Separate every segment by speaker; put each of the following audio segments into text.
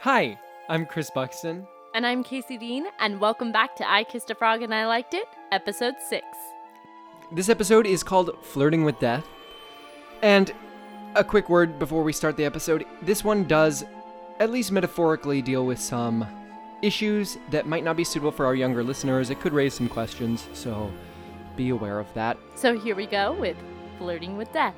Speaker 1: Hi, I'm Chris Buxton.
Speaker 2: And I'm Casey Dean, and welcome back to I Kissed a Frog and I Liked It, episode six.
Speaker 1: This episode is called Flirting with Death. And a quick word before we start the episode this one does, at least metaphorically, deal with some issues that might not be suitable for our younger listeners. It could raise some questions, so be aware of that.
Speaker 2: So here we go with Flirting with Death.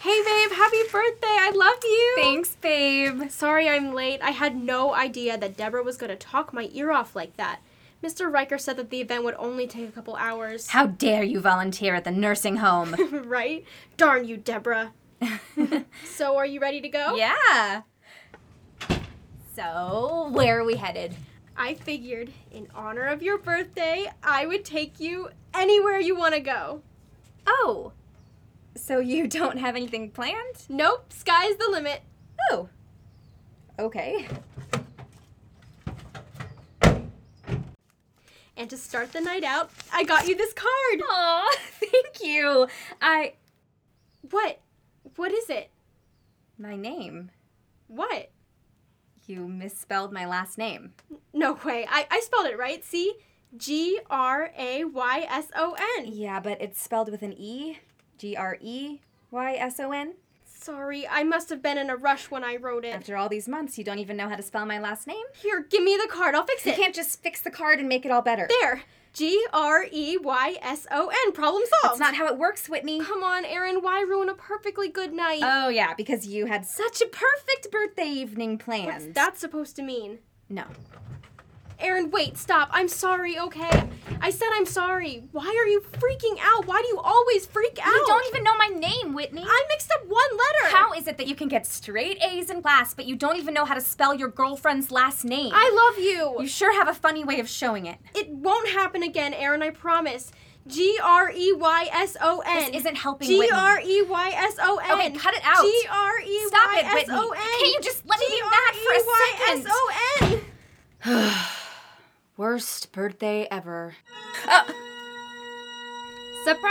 Speaker 3: Hey, babe, happy birthday. I love you.
Speaker 4: Thanks, babe.
Speaker 3: Sorry I'm late. I had no idea that Deborah was going to talk my ear off like that. Mr. Riker said that the event would only take a couple hours.
Speaker 4: How dare you volunteer at the nursing home?
Speaker 3: right? Darn you, Deborah. so, are you ready to go?
Speaker 4: yeah. So, where are we headed?
Speaker 3: I figured, in honor of your birthday, I would take you anywhere you want to go.
Speaker 4: Oh. So you don't have anything planned?
Speaker 3: Nope, sky's the limit.
Speaker 4: Oh. Okay.
Speaker 3: And to start the night out, I got you this card.
Speaker 4: Aw, thank you. I
Speaker 3: What? What is it?
Speaker 4: my name.
Speaker 3: What?
Speaker 4: You misspelled my last name.
Speaker 3: No way. I, I spelled it right. See? G R A Y S O N.
Speaker 4: Yeah, but it's spelled with an E. G R E Y S O N.
Speaker 3: Sorry, I must have been in a rush when I wrote it.
Speaker 4: After all these months, you don't even know how to spell my last name?
Speaker 3: Here, give me the card. I'll fix
Speaker 4: You
Speaker 3: it.
Speaker 4: can't just fix the card and make it all better.
Speaker 3: There. G R E Y S O N. Problem
Speaker 4: That's
Speaker 3: solved.
Speaker 4: not how it works, Whitney.
Speaker 3: Come on, Aaron. Why ruin a perfectly good night?
Speaker 4: Oh yeah, because you had such a perfect birthday evening
Speaker 3: What's
Speaker 4: planned.
Speaker 3: that supposed to mean?
Speaker 4: No.
Speaker 3: Aaron, wait, stop. I'm sorry, okay? I said I'm sorry. Why are you freaking out? Why do you always freak out?
Speaker 4: You don't even know my name, Whitney.
Speaker 3: I mixed up one letter.
Speaker 4: how is it that you can get straight A's in class, but you don't even know how to spell your girlfriend's last name?
Speaker 3: I love you.
Speaker 4: You sure have a funny way of showing it.
Speaker 3: It won't happen again, Aaron, I promise. G R E Y S O N.
Speaker 4: This isn't helping,
Speaker 3: G
Speaker 4: Whitney.
Speaker 3: R E Y S O N.
Speaker 4: Okay, cut it out.
Speaker 3: G R E
Speaker 4: Stop
Speaker 3: Y
Speaker 4: it,
Speaker 3: S
Speaker 4: Whitney.
Speaker 3: O N. E
Speaker 4: Can't you just let me be mad for a second?
Speaker 3: G-R-E-Y-S-O-N.
Speaker 4: Worst birthday ever.
Speaker 2: Surprise!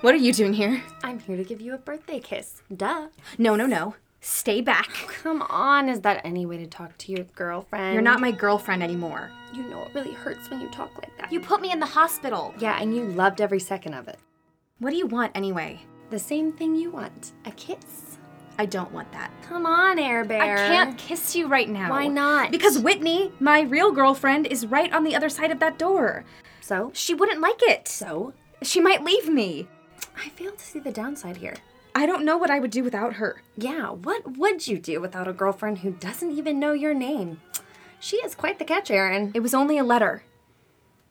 Speaker 4: what are you doing here?
Speaker 2: I'm here to give you a birthday kiss. Duh.
Speaker 4: No, no, no. Stay back.
Speaker 2: Come on, is that any way to talk to your girlfriend?
Speaker 4: You're not my girlfriend anymore.
Speaker 2: You know it really hurts when you talk like that.
Speaker 4: You put me in the hospital.
Speaker 2: yeah, and you loved every second of it.
Speaker 4: What do you want anyway?
Speaker 2: The same thing you want a kiss.
Speaker 4: I don't want that.
Speaker 2: Come on, Air Bear.
Speaker 4: I can't kiss you right now.
Speaker 2: Why not?
Speaker 4: Because Whitney, my real girlfriend, is right on the other side of that door.
Speaker 2: So?
Speaker 4: She wouldn't like it.
Speaker 2: So?
Speaker 4: She might leave me.
Speaker 2: I fail to see the downside here.
Speaker 4: I don't know what I would do without her.
Speaker 2: Yeah, what would you do without a girlfriend who doesn't even know your name? She is quite the catch, Aaron.
Speaker 4: It was only a letter.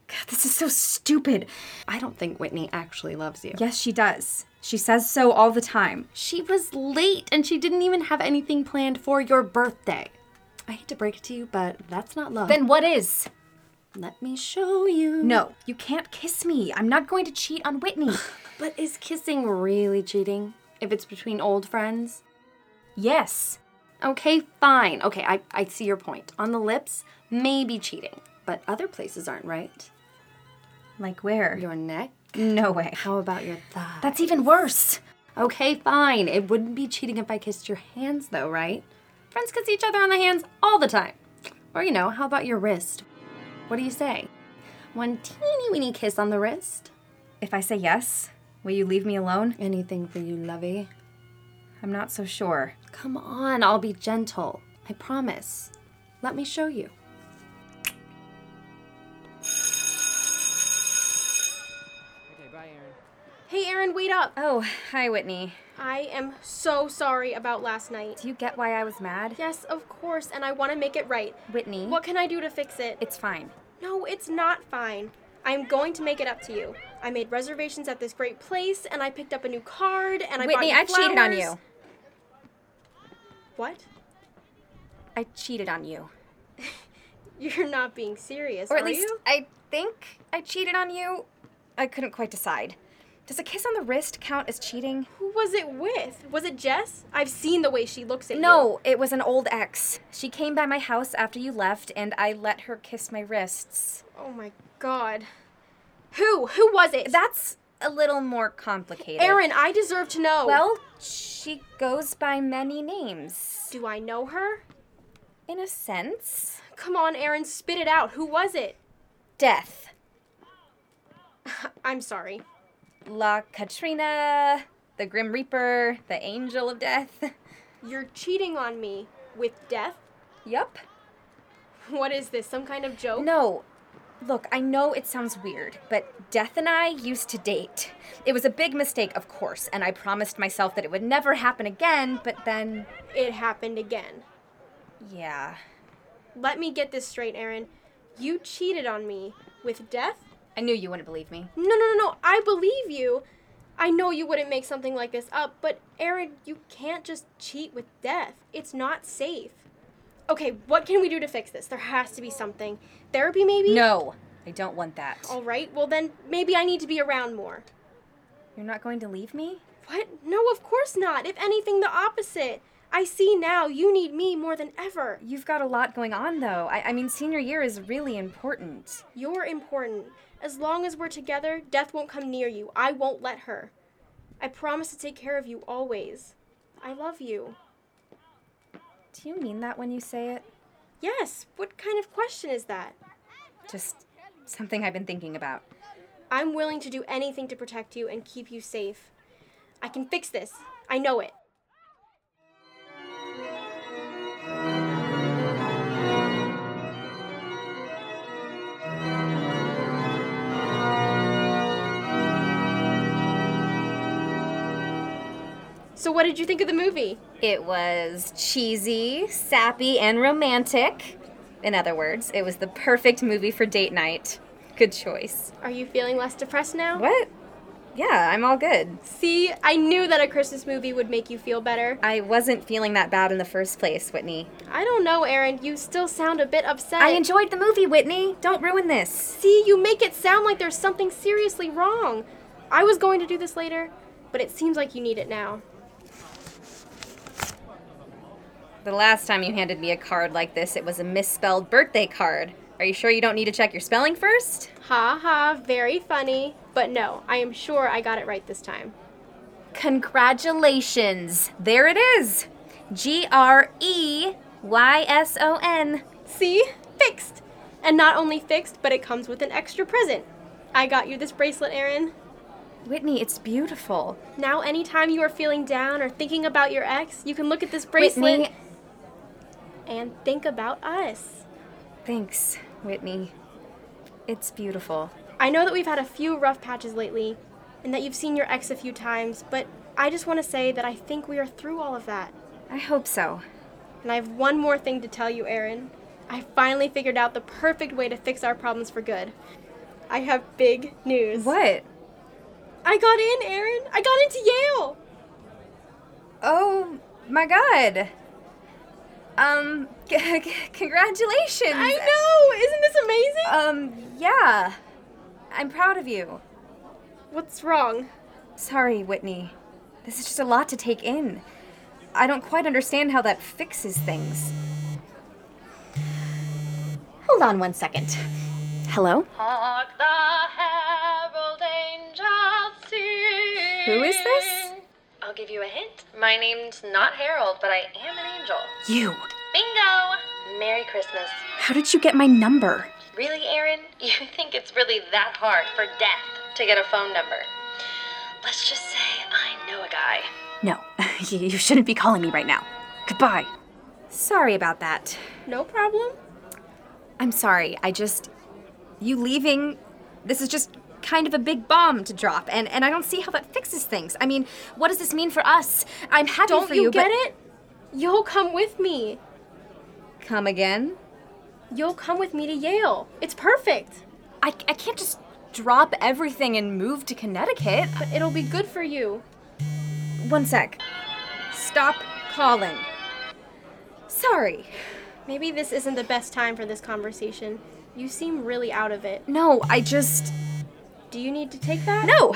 Speaker 4: God, this is so stupid.
Speaker 2: I don't think Whitney actually loves you.
Speaker 4: Yes, she does. She says so all the time.
Speaker 2: She was late and she didn't even have anything planned for your birthday. I hate to break it to you, but that's not love.
Speaker 4: Then what is?
Speaker 2: let me show you.
Speaker 4: No, you can't kiss me. I'm not going to cheat on Whitney.
Speaker 2: But is kissing really cheating if it's between old friends?
Speaker 4: yes.
Speaker 2: Okay, fine. Okay, I, I see your point. On the lips, maybe cheating, but other places aren't right.
Speaker 4: Like where?
Speaker 2: Your neck?
Speaker 4: No way.
Speaker 2: How about your thigh?
Speaker 4: That's even worse.
Speaker 2: Okay, fine. It wouldn't be cheating if I kissed your hands, though, right? Friends kiss each other on the hands all the time. Or, you know, how about your wrist? What do you say? One teeny weeny kiss on the wrist.
Speaker 4: If I say yes, will you leave me alone?
Speaker 2: Anything for you, lovey.
Speaker 4: I'm not so sure.
Speaker 2: Come on, I'll be gentle. I promise. Let me show you.
Speaker 1: Okay, bye, Aaron.
Speaker 3: Hey, Aaron, wait up.
Speaker 4: Oh, hi, Whitney.
Speaker 3: I am so sorry about last night.
Speaker 4: Do you get why I was mad?
Speaker 3: Yes, of course, and I want to make it right.
Speaker 4: Whitney,
Speaker 3: What can I do to fix it?
Speaker 4: it's fine.
Speaker 3: No, it's not fine. I am going to make it up to you. I made reservations at this great place, and I picked up a new card, and I bought
Speaker 4: Whitney,
Speaker 3: you
Speaker 4: I cheated on
Speaker 3: flowers.
Speaker 4: you.
Speaker 3: What?
Speaker 4: I cheated on you.
Speaker 3: You're not being serious,
Speaker 4: Or at
Speaker 3: are
Speaker 4: least
Speaker 3: you?
Speaker 4: I think I cheated on you. I couldn't quite decide. Does a kiss on the wrist count as cheating?
Speaker 3: Who was it with? Was it Jess? I've seen the way she looks at you.
Speaker 4: No, it was an old ex. She came by my house after you left, and I let her kiss my wrists.
Speaker 3: Oh my god. Who? Who was it?
Speaker 4: That's a little more complicated.
Speaker 3: Aaron, I deserve to know.
Speaker 4: Well, she goes by many names.
Speaker 3: do I know her?
Speaker 4: In a sense,
Speaker 3: Come on, Aaron, spit it out. Who was it?
Speaker 4: death.
Speaker 3: I'm sorry.
Speaker 4: La Katrina, the Grim Reaper, the Angel of Death.
Speaker 3: You're cheating on me with death?
Speaker 4: yup.
Speaker 3: What is this? Some kind of joke?
Speaker 4: No. Look, I know it sounds weird, but Death and I used to date. It was a big mistake, of course, and I promised myself that it would never happen again, but then,
Speaker 3: It happened again.
Speaker 4: yeah.
Speaker 3: Let me get this straight, Aaron. You cheated on me with death?
Speaker 4: I knew you wouldn't believe me.
Speaker 3: No, no, no, no. I believe you. I know you wouldn't make something like this up, but Aaron, you can't just cheat with death. It's not safe. Okay, what can we do to fix this? There has to be something. Therapy, maybe?
Speaker 4: No, I don't want that.
Speaker 3: All right, well, then maybe I need to be around more.
Speaker 4: You're not going to leave me?
Speaker 3: What? No, of course not. If anything, the opposite. I see now you need me more than ever.
Speaker 4: You've got a lot going on, though. I, I mean, senior year is really important.
Speaker 3: You're important. As long as we're together, death won't come near you. I won't let her. I promise to take care of you always. I love you.
Speaker 4: Do you mean that when you say it?
Speaker 3: Yes, what kind of question is that?
Speaker 4: Just something I've been thinking about.
Speaker 3: I'm willing to do anything to protect you and keep you safe. I can fix this. I know it. So, what did you think of the movie?
Speaker 4: It was cheesy, sappy, and romantic. In other words, it was the perfect movie for date night. Good choice.
Speaker 3: Are you feeling less depressed now?
Speaker 4: What? Yeah, I'm all good.
Speaker 3: See, I knew that a Christmas movie would make you feel better.
Speaker 4: I wasn't feeling that bad in the first place, Whitney.
Speaker 3: I don't know, Aaron. You still sound a bit upset.
Speaker 4: I enjoyed the movie, Whitney. Don't ruin this.
Speaker 3: See, you make it sound like there's something seriously wrong. I was going to do this later, but it seems like you need it now.
Speaker 4: The last time you handed me a card like this, it was a misspelled birthday card. Are you sure you don't need to check your spelling first?
Speaker 3: Ha ha, very funny. But no, I am sure I got it right this time.
Speaker 4: Congratulations! There it is! G R E Y S O N.
Speaker 3: See? Fixed! And not only fixed, but it comes with an extra present. I got you this bracelet, Aaron.
Speaker 4: Whitney, it's beautiful.
Speaker 3: Now, anytime you are feeling down or thinking about your ex, you can look at this bracelet
Speaker 4: Whitney,
Speaker 3: and think about us.
Speaker 4: thanks, Whitney. It's beautiful.
Speaker 3: I know that we've had a few rough patches lately and that you've seen your ex a few times, but I just want to say that I think we are through all of that.
Speaker 4: I hope so.
Speaker 3: And I have one more thing to tell you, Aaron. I finally figured out the perfect way to fix our problems for good. I have big news.
Speaker 4: What?
Speaker 3: I got in, Aaron. I got into Yale.
Speaker 4: Oh my god. Um, c- c- congratulations.
Speaker 3: I know. Isn't this amazing?
Speaker 4: Um, yeah. I'm proud of you.
Speaker 3: What's wrong?
Speaker 4: Sorry, Whitney. This is just a lot to take in. I don't quite understand how that fixes things. Hold on one second. Hello?
Speaker 5: Hark the herald angels sing.
Speaker 4: Who is this?
Speaker 5: I'll give you a hint. My name's not Harold, but I am an angel.
Speaker 4: You.
Speaker 5: Bingo! Merry Christmas.
Speaker 4: How did you get my number?
Speaker 5: Really, Aaron? You think it's really that hard for death to get a phone number? Let's just say I know a guy.
Speaker 6: No, you you shouldn't be calling me right now. Goodbye.
Speaker 4: Sorry about that.
Speaker 3: No problem.
Speaker 4: I'm sorry. I just. You leaving. This is just kind of a big bomb to drop, and, and I don't see how that fixes things. I mean, what does this mean for us? I'm happy
Speaker 3: Don't
Speaker 4: for
Speaker 3: you,
Speaker 4: you,
Speaker 3: get
Speaker 4: but-
Speaker 3: it? You'll come with me.
Speaker 4: Come again?
Speaker 3: You'll come with me to Yale. It's perfect.
Speaker 4: I, I can't just drop everything and move to Connecticut.
Speaker 3: But it'll be good for you.
Speaker 4: One sec. Stop calling. Sorry.
Speaker 3: Maybe this isn't the best time for this conversation. You seem really out of it.
Speaker 4: No, I just.
Speaker 3: Do you need to take that?
Speaker 4: No!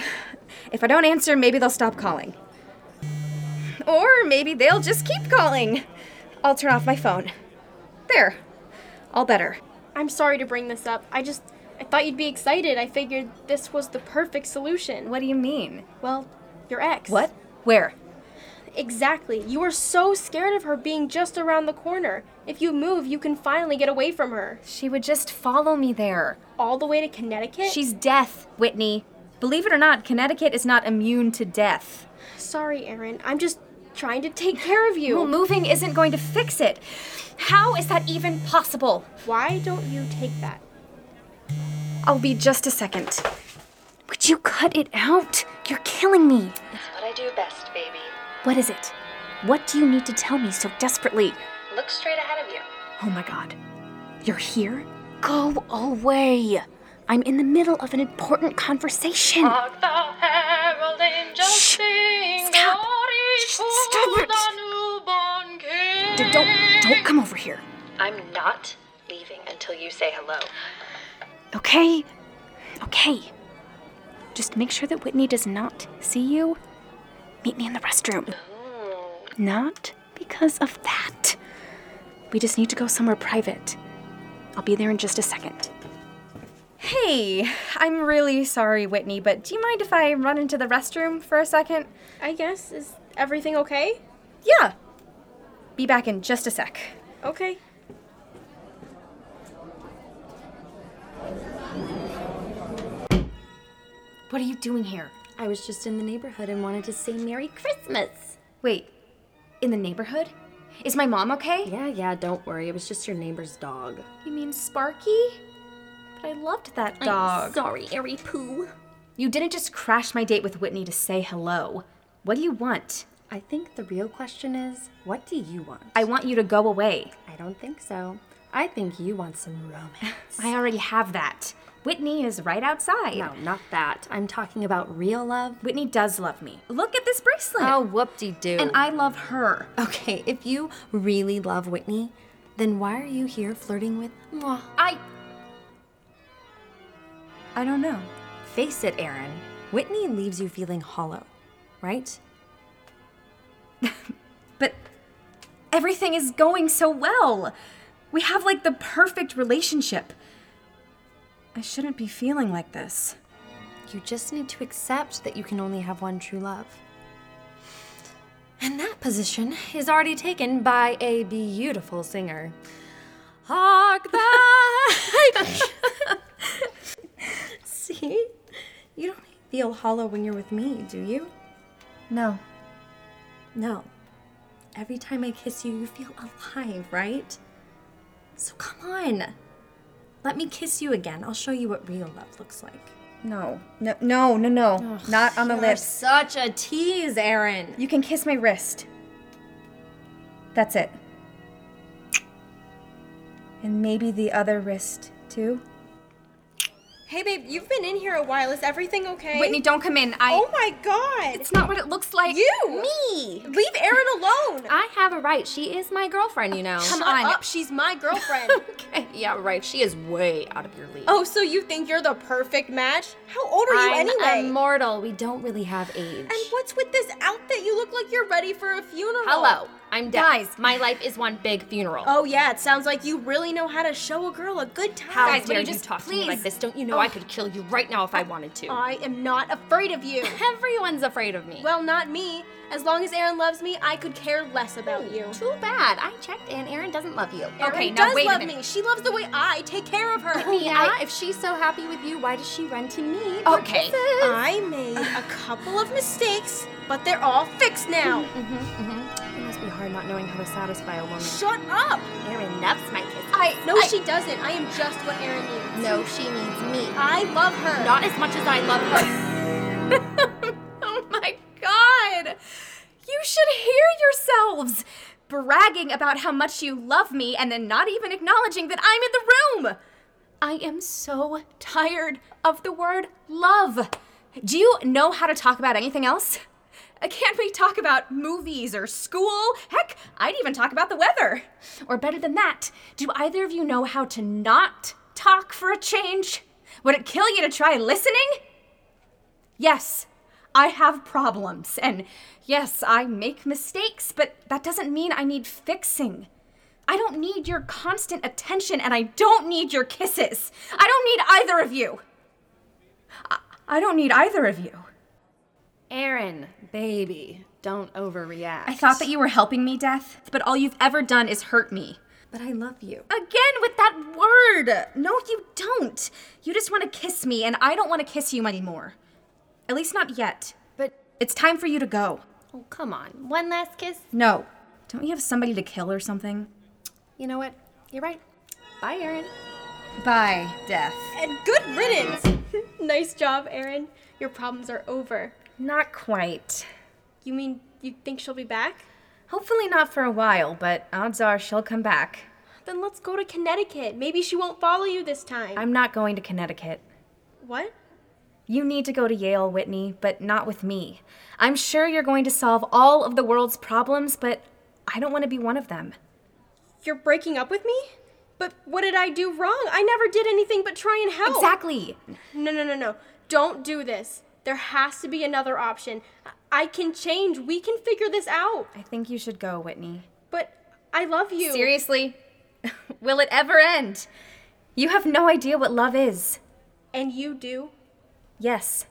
Speaker 4: If I don't answer, maybe they'll stop calling. Or maybe they'll just keep calling. I'll turn off my phone. There. All better.
Speaker 3: I'm sorry to bring this up. I just I thought you'd be excited. I figured this was the perfect solution.
Speaker 4: What do you mean?
Speaker 3: Well, your ex.
Speaker 4: What? Where?
Speaker 3: Exactly. You were so scared of her being just around the corner. If you move, you can finally get away from her.
Speaker 4: She would just follow me there.
Speaker 3: All the way to Connecticut?
Speaker 4: She's death, Whitney. Believe it or not, Connecticut is not immune to death.
Speaker 3: sorry, Erin. I'm just trying to take care of you.
Speaker 4: Well, moving isn't going to fix it. How is that even possible?
Speaker 3: Why don't you take that?
Speaker 4: I'll be just a second.
Speaker 6: Would you cut it out? You're killing me.
Speaker 5: It's what I do best, baby.
Speaker 6: What is it? What do you need to tell me so desperately?
Speaker 5: Look straight ahead of you.
Speaker 6: Oh my god. You're here? Go away. I'm in the middle of an important conversation.
Speaker 5: Hark the herald angels
Speaker 6: Shh.
Speaker 5: sing
Speaker 6: Stop.
Speaker 5: glory
Speaker 6: Shh,
Speaker 5: to
Speaker 6: stop it.
Speaker 5: the newborn king.
Speaker 6: D- don't don't come over here.
Speaker 5: I'm not leaving until you say hello.
Speaker 6: Okay? Okay. Just make sure that Whitney does not see you. Meet me in the restroom. Not because of that. We just need to go somewhere private. I'll be there in just a second.
Speaker 4: Hey, I'm really sorry, Whitney, but do you mind if I run into the restroom for a second?
Speaker 3: I guess is everything okay?
Speaker 4: Yeah. Be back in just a sec.
Speaker 3: Okay.
Speaker 4: What are you doing here?
Speaker 2: I was just in the neighborhood and wanted to say Merry Christmas.
Speaker 4: Wait, in the neighborhood? Is my mom okay?
Speaker 2: Yeah, yeah, don't worry. It was just your neighbor's dog.
Speaker 4: You mean Sparky? But I loved that dog.
Speaker 2: Sorry, Airy Poo.
Speaker 4: you didn't just crash my date with Whitney to say hello. What do you want?
Speaker 2: I think the real question is what do you want?
Speaker 4: I want you to go away.
Speaker 2: I don't think so. I think you want some romance.
Speaker 4: I already have that. Whitney is right outside.
Speaker 2: no, not that. I'm talking about real love.
Speaker 4: Whitney does love me. Look at this bracelet.
Speaker 2: whoop de doo.
Speaker 4: and I love her.
Speaker 2: Okay, if you really love Whitney, then why are you here flirting with Mwah.
Speaker 4: I. I don't know.
Speaker 2: Face it, Aaron. Whitney leaves you feeling hollow, right?
Speaker 4: But everything is going so well. We have like the perfect relationship. I shouldn't be feeling like this.
Speaker 2: You just need to accept that you can only have one true love. And that position is already taken by a beautiful singer. Hark back! See? You don't feel hollow when you're with me, do you?
Speaker 4: No.
Speaker 2: No. Every time I kiss you, you feel alive, right? So come on. Let me kiss you again. I'll show you what real love looks like.
Speaker 4: No. No, no, no, no. Not on the lips.
Speaker 2: Such a tease, Aaron.
Speaker 4: You can kiss my wrist. That's it. And maybe the other wrist, too.
Speaker 3: Hey babe, you've been in here a while. Is everything okay?
Speaker 4: don't come in. I.
Speaker 3: Oh my god.
Speaker 4: It's not what it looks like.
Speaker 3: You!
Speaker 2: Me!
Speaker 3: Leave Erin alone.
Speaker 2: I have a right. She is my girlfriend, you know.
Speaker 4: Come
Speaker 3: Shut
Speaker 4: on.
Speaker 3: up. She's my girlfriend.
Speaker 2: okay, yeah, right. She is way out of your league.
Speaker 3: oh, so you think you're the perfect match? How old are you
Speaker 2: I'm
Speaker 3: anyway?
Speaker 2: immortal. We don't really have age.
Speaker 3: and what's with this outfit? You look like you're ready for a funeral.
Speaker 2: Hello, I'm dead.
Speaker 4: Guys.
Speaker 2: my life is one big funeral.
Speaker 3: Oh yeah, it sounds like you really know how to show a girl a good time.
Speaker 2: How
Speaker 4: guys, will
Speaker 2: dare
Speaker 4: you
Speaker 2: you,
Speaker 4: just
Speaker 2: talk to me like
Speaker 4: please-
Speaker 2: this? Don't
Speaker 3: Oh.
Speaker 2: you know I could kill you right now if I wanted to?
Speaker 3: I am not afraid of you.
Speaker 2: Everyone's afraid of me.
Speaker 3: well, not me. As long as Erin loves me, I could care less about you.
Speaker 2: Too bad. I checked and Aaron doesn't love you.
Speaker 4: Okay,
Speaker 3: Erin
Speaker 4: now
Speaker 3: does
Speaker 4: wait a
Speaker 3: love
Speaker 4: minute.
Speaker 3: me. She loves the way I take care of her.
Speaker 2: Yeah, if she's so happy with you, why does she run to me? for
Speaker 4: Okay.
Speaker 2: kisses?
Speaker 3: I made a couple of mistakes, but they're all fixed now.
Speaker 2: It must be hard not knowing how to satisfy a woman.
Speaker 3: Shut up!
Speaker 2: Erin loves my kiss.
Speaker 4: I.
Speaker 3: No, she doesn't. I am just what Erin needs.
Speaker 2: No, she needs me.
Speaker 3: I love her.
Speaker 2: Not as much as I love her.
Speaker 4: Oh my god! You should hear yourselves! Bragging about how much you love me and then not even acknowledging that I'm in the room! I am so tired of the word love. Do you know how to talk about anything else? Uh, Can't we talk about movies or school? Heck, I'd even talk about the weather. Or better than that, do either of you know how to not talk for a change? Would it kill you to try listening? Yes,
Speaker 2: I have problems, and yes, I make mistakes, but that doesn't mean I need fixing. I don't need your constant attention, and I don't need your kisses. I don't need either of you. I, I don't need either of you.
Speaker 7: Aaron, baby, don't overreact.
Speaker 2: I thought that you were helping me, Death, but all you've ever done is hurt me.
Speaker 7: But I love you.
Speaker 2: Again with that word! No, you don't! You just want to kiss me, and I don't want to kiss you anymore. At least not yet.
Speaker 7: But,
Speaker 2: It's time for you to go.
Speaker 7: oh, come on. One last kiss?
Speaker 2: No. Don't you have somebody to kill or something?
Speaker 7: You know what? You're right. Bye, Aaron.
Speaker 2: Bye, Death.
Speaker 3: And good riddance! nice job, Aaron. Your problems are over.
Speaker 2: Not quite.
Speaker 3: You mean you think she'll be back?
Speaker 2: Hopefully not for a while, but odds are she'll come back.
Speaker 3: Then let's go to Connecticut. Maybe she won't follow you this time.
Speaker 2: I'm not going to Connecticut.
Speaker 3: What?
Speaker 2: You need to go to Yale, Whitney, but not with me. I'm sure you're going to solve all of the world's problems, but I don't want to be one of them.
Speaker 3: You're breaking up with me? But what did I do wrong? I never did anything but try and help.
Speaker 2: Exactly.
Speaker 3: No, no, no, no. Don't do this. There has to be another option. I- I can change. We can figure this out.
Speaker 2: I think you should go, Whitney.
Speaker 3: But I love you.
Speaker 2: Seriously? Will it ever end? You have no idea what love is.
Speaker 3: And you do.
Speaker 2: Yes.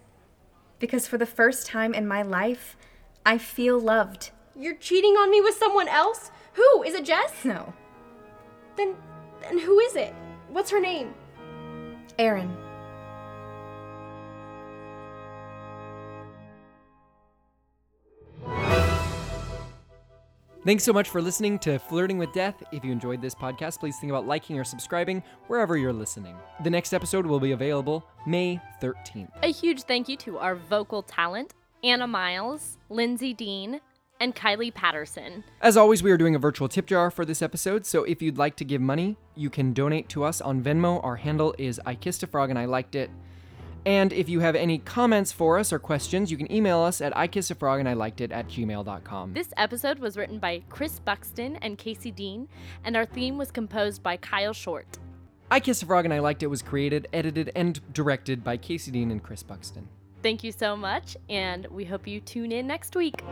Speaker 2: Because for the first time in my life, I feel loved.
Speaker 3: You're cheating on me with someone else? Who? Is it Jess?
Speaker 2: No.
Speaker 3: Then then who is it? What's her name?
Speaker 2: Aaron.
Speaker 1: Thanks so much for listening to Flirting with Death. If you enjoyed this podcast, please think about liking or subscribing wherever you're listening. The next episode will be available May 13th.
Speaker 8: A huge thank you to our vocal talent, Anna Miles, Lindsay Dean, and Kylie Patterson.
Speaker 1: As always, we are doing a virtual tip jar for this episode, so if you'd like to give money, you can donate to us on Venmo. Our handle is I Kissed a Frog and I Liked It. And if you have any comments for us or questions, you can email us at I Kissed a Frog and I Liked It at gmail.com.
Speaker 8: This episode was written by Chris Buxton and Casey Dean, and our theme was composed by Kyle Short.
Speaker 1: I Kissed a Frog and I Liked It was created, edited, and directed by Casey Dean and Chris Buxton.
Speaker 8: Thank you so much, and we hope you tune in next week.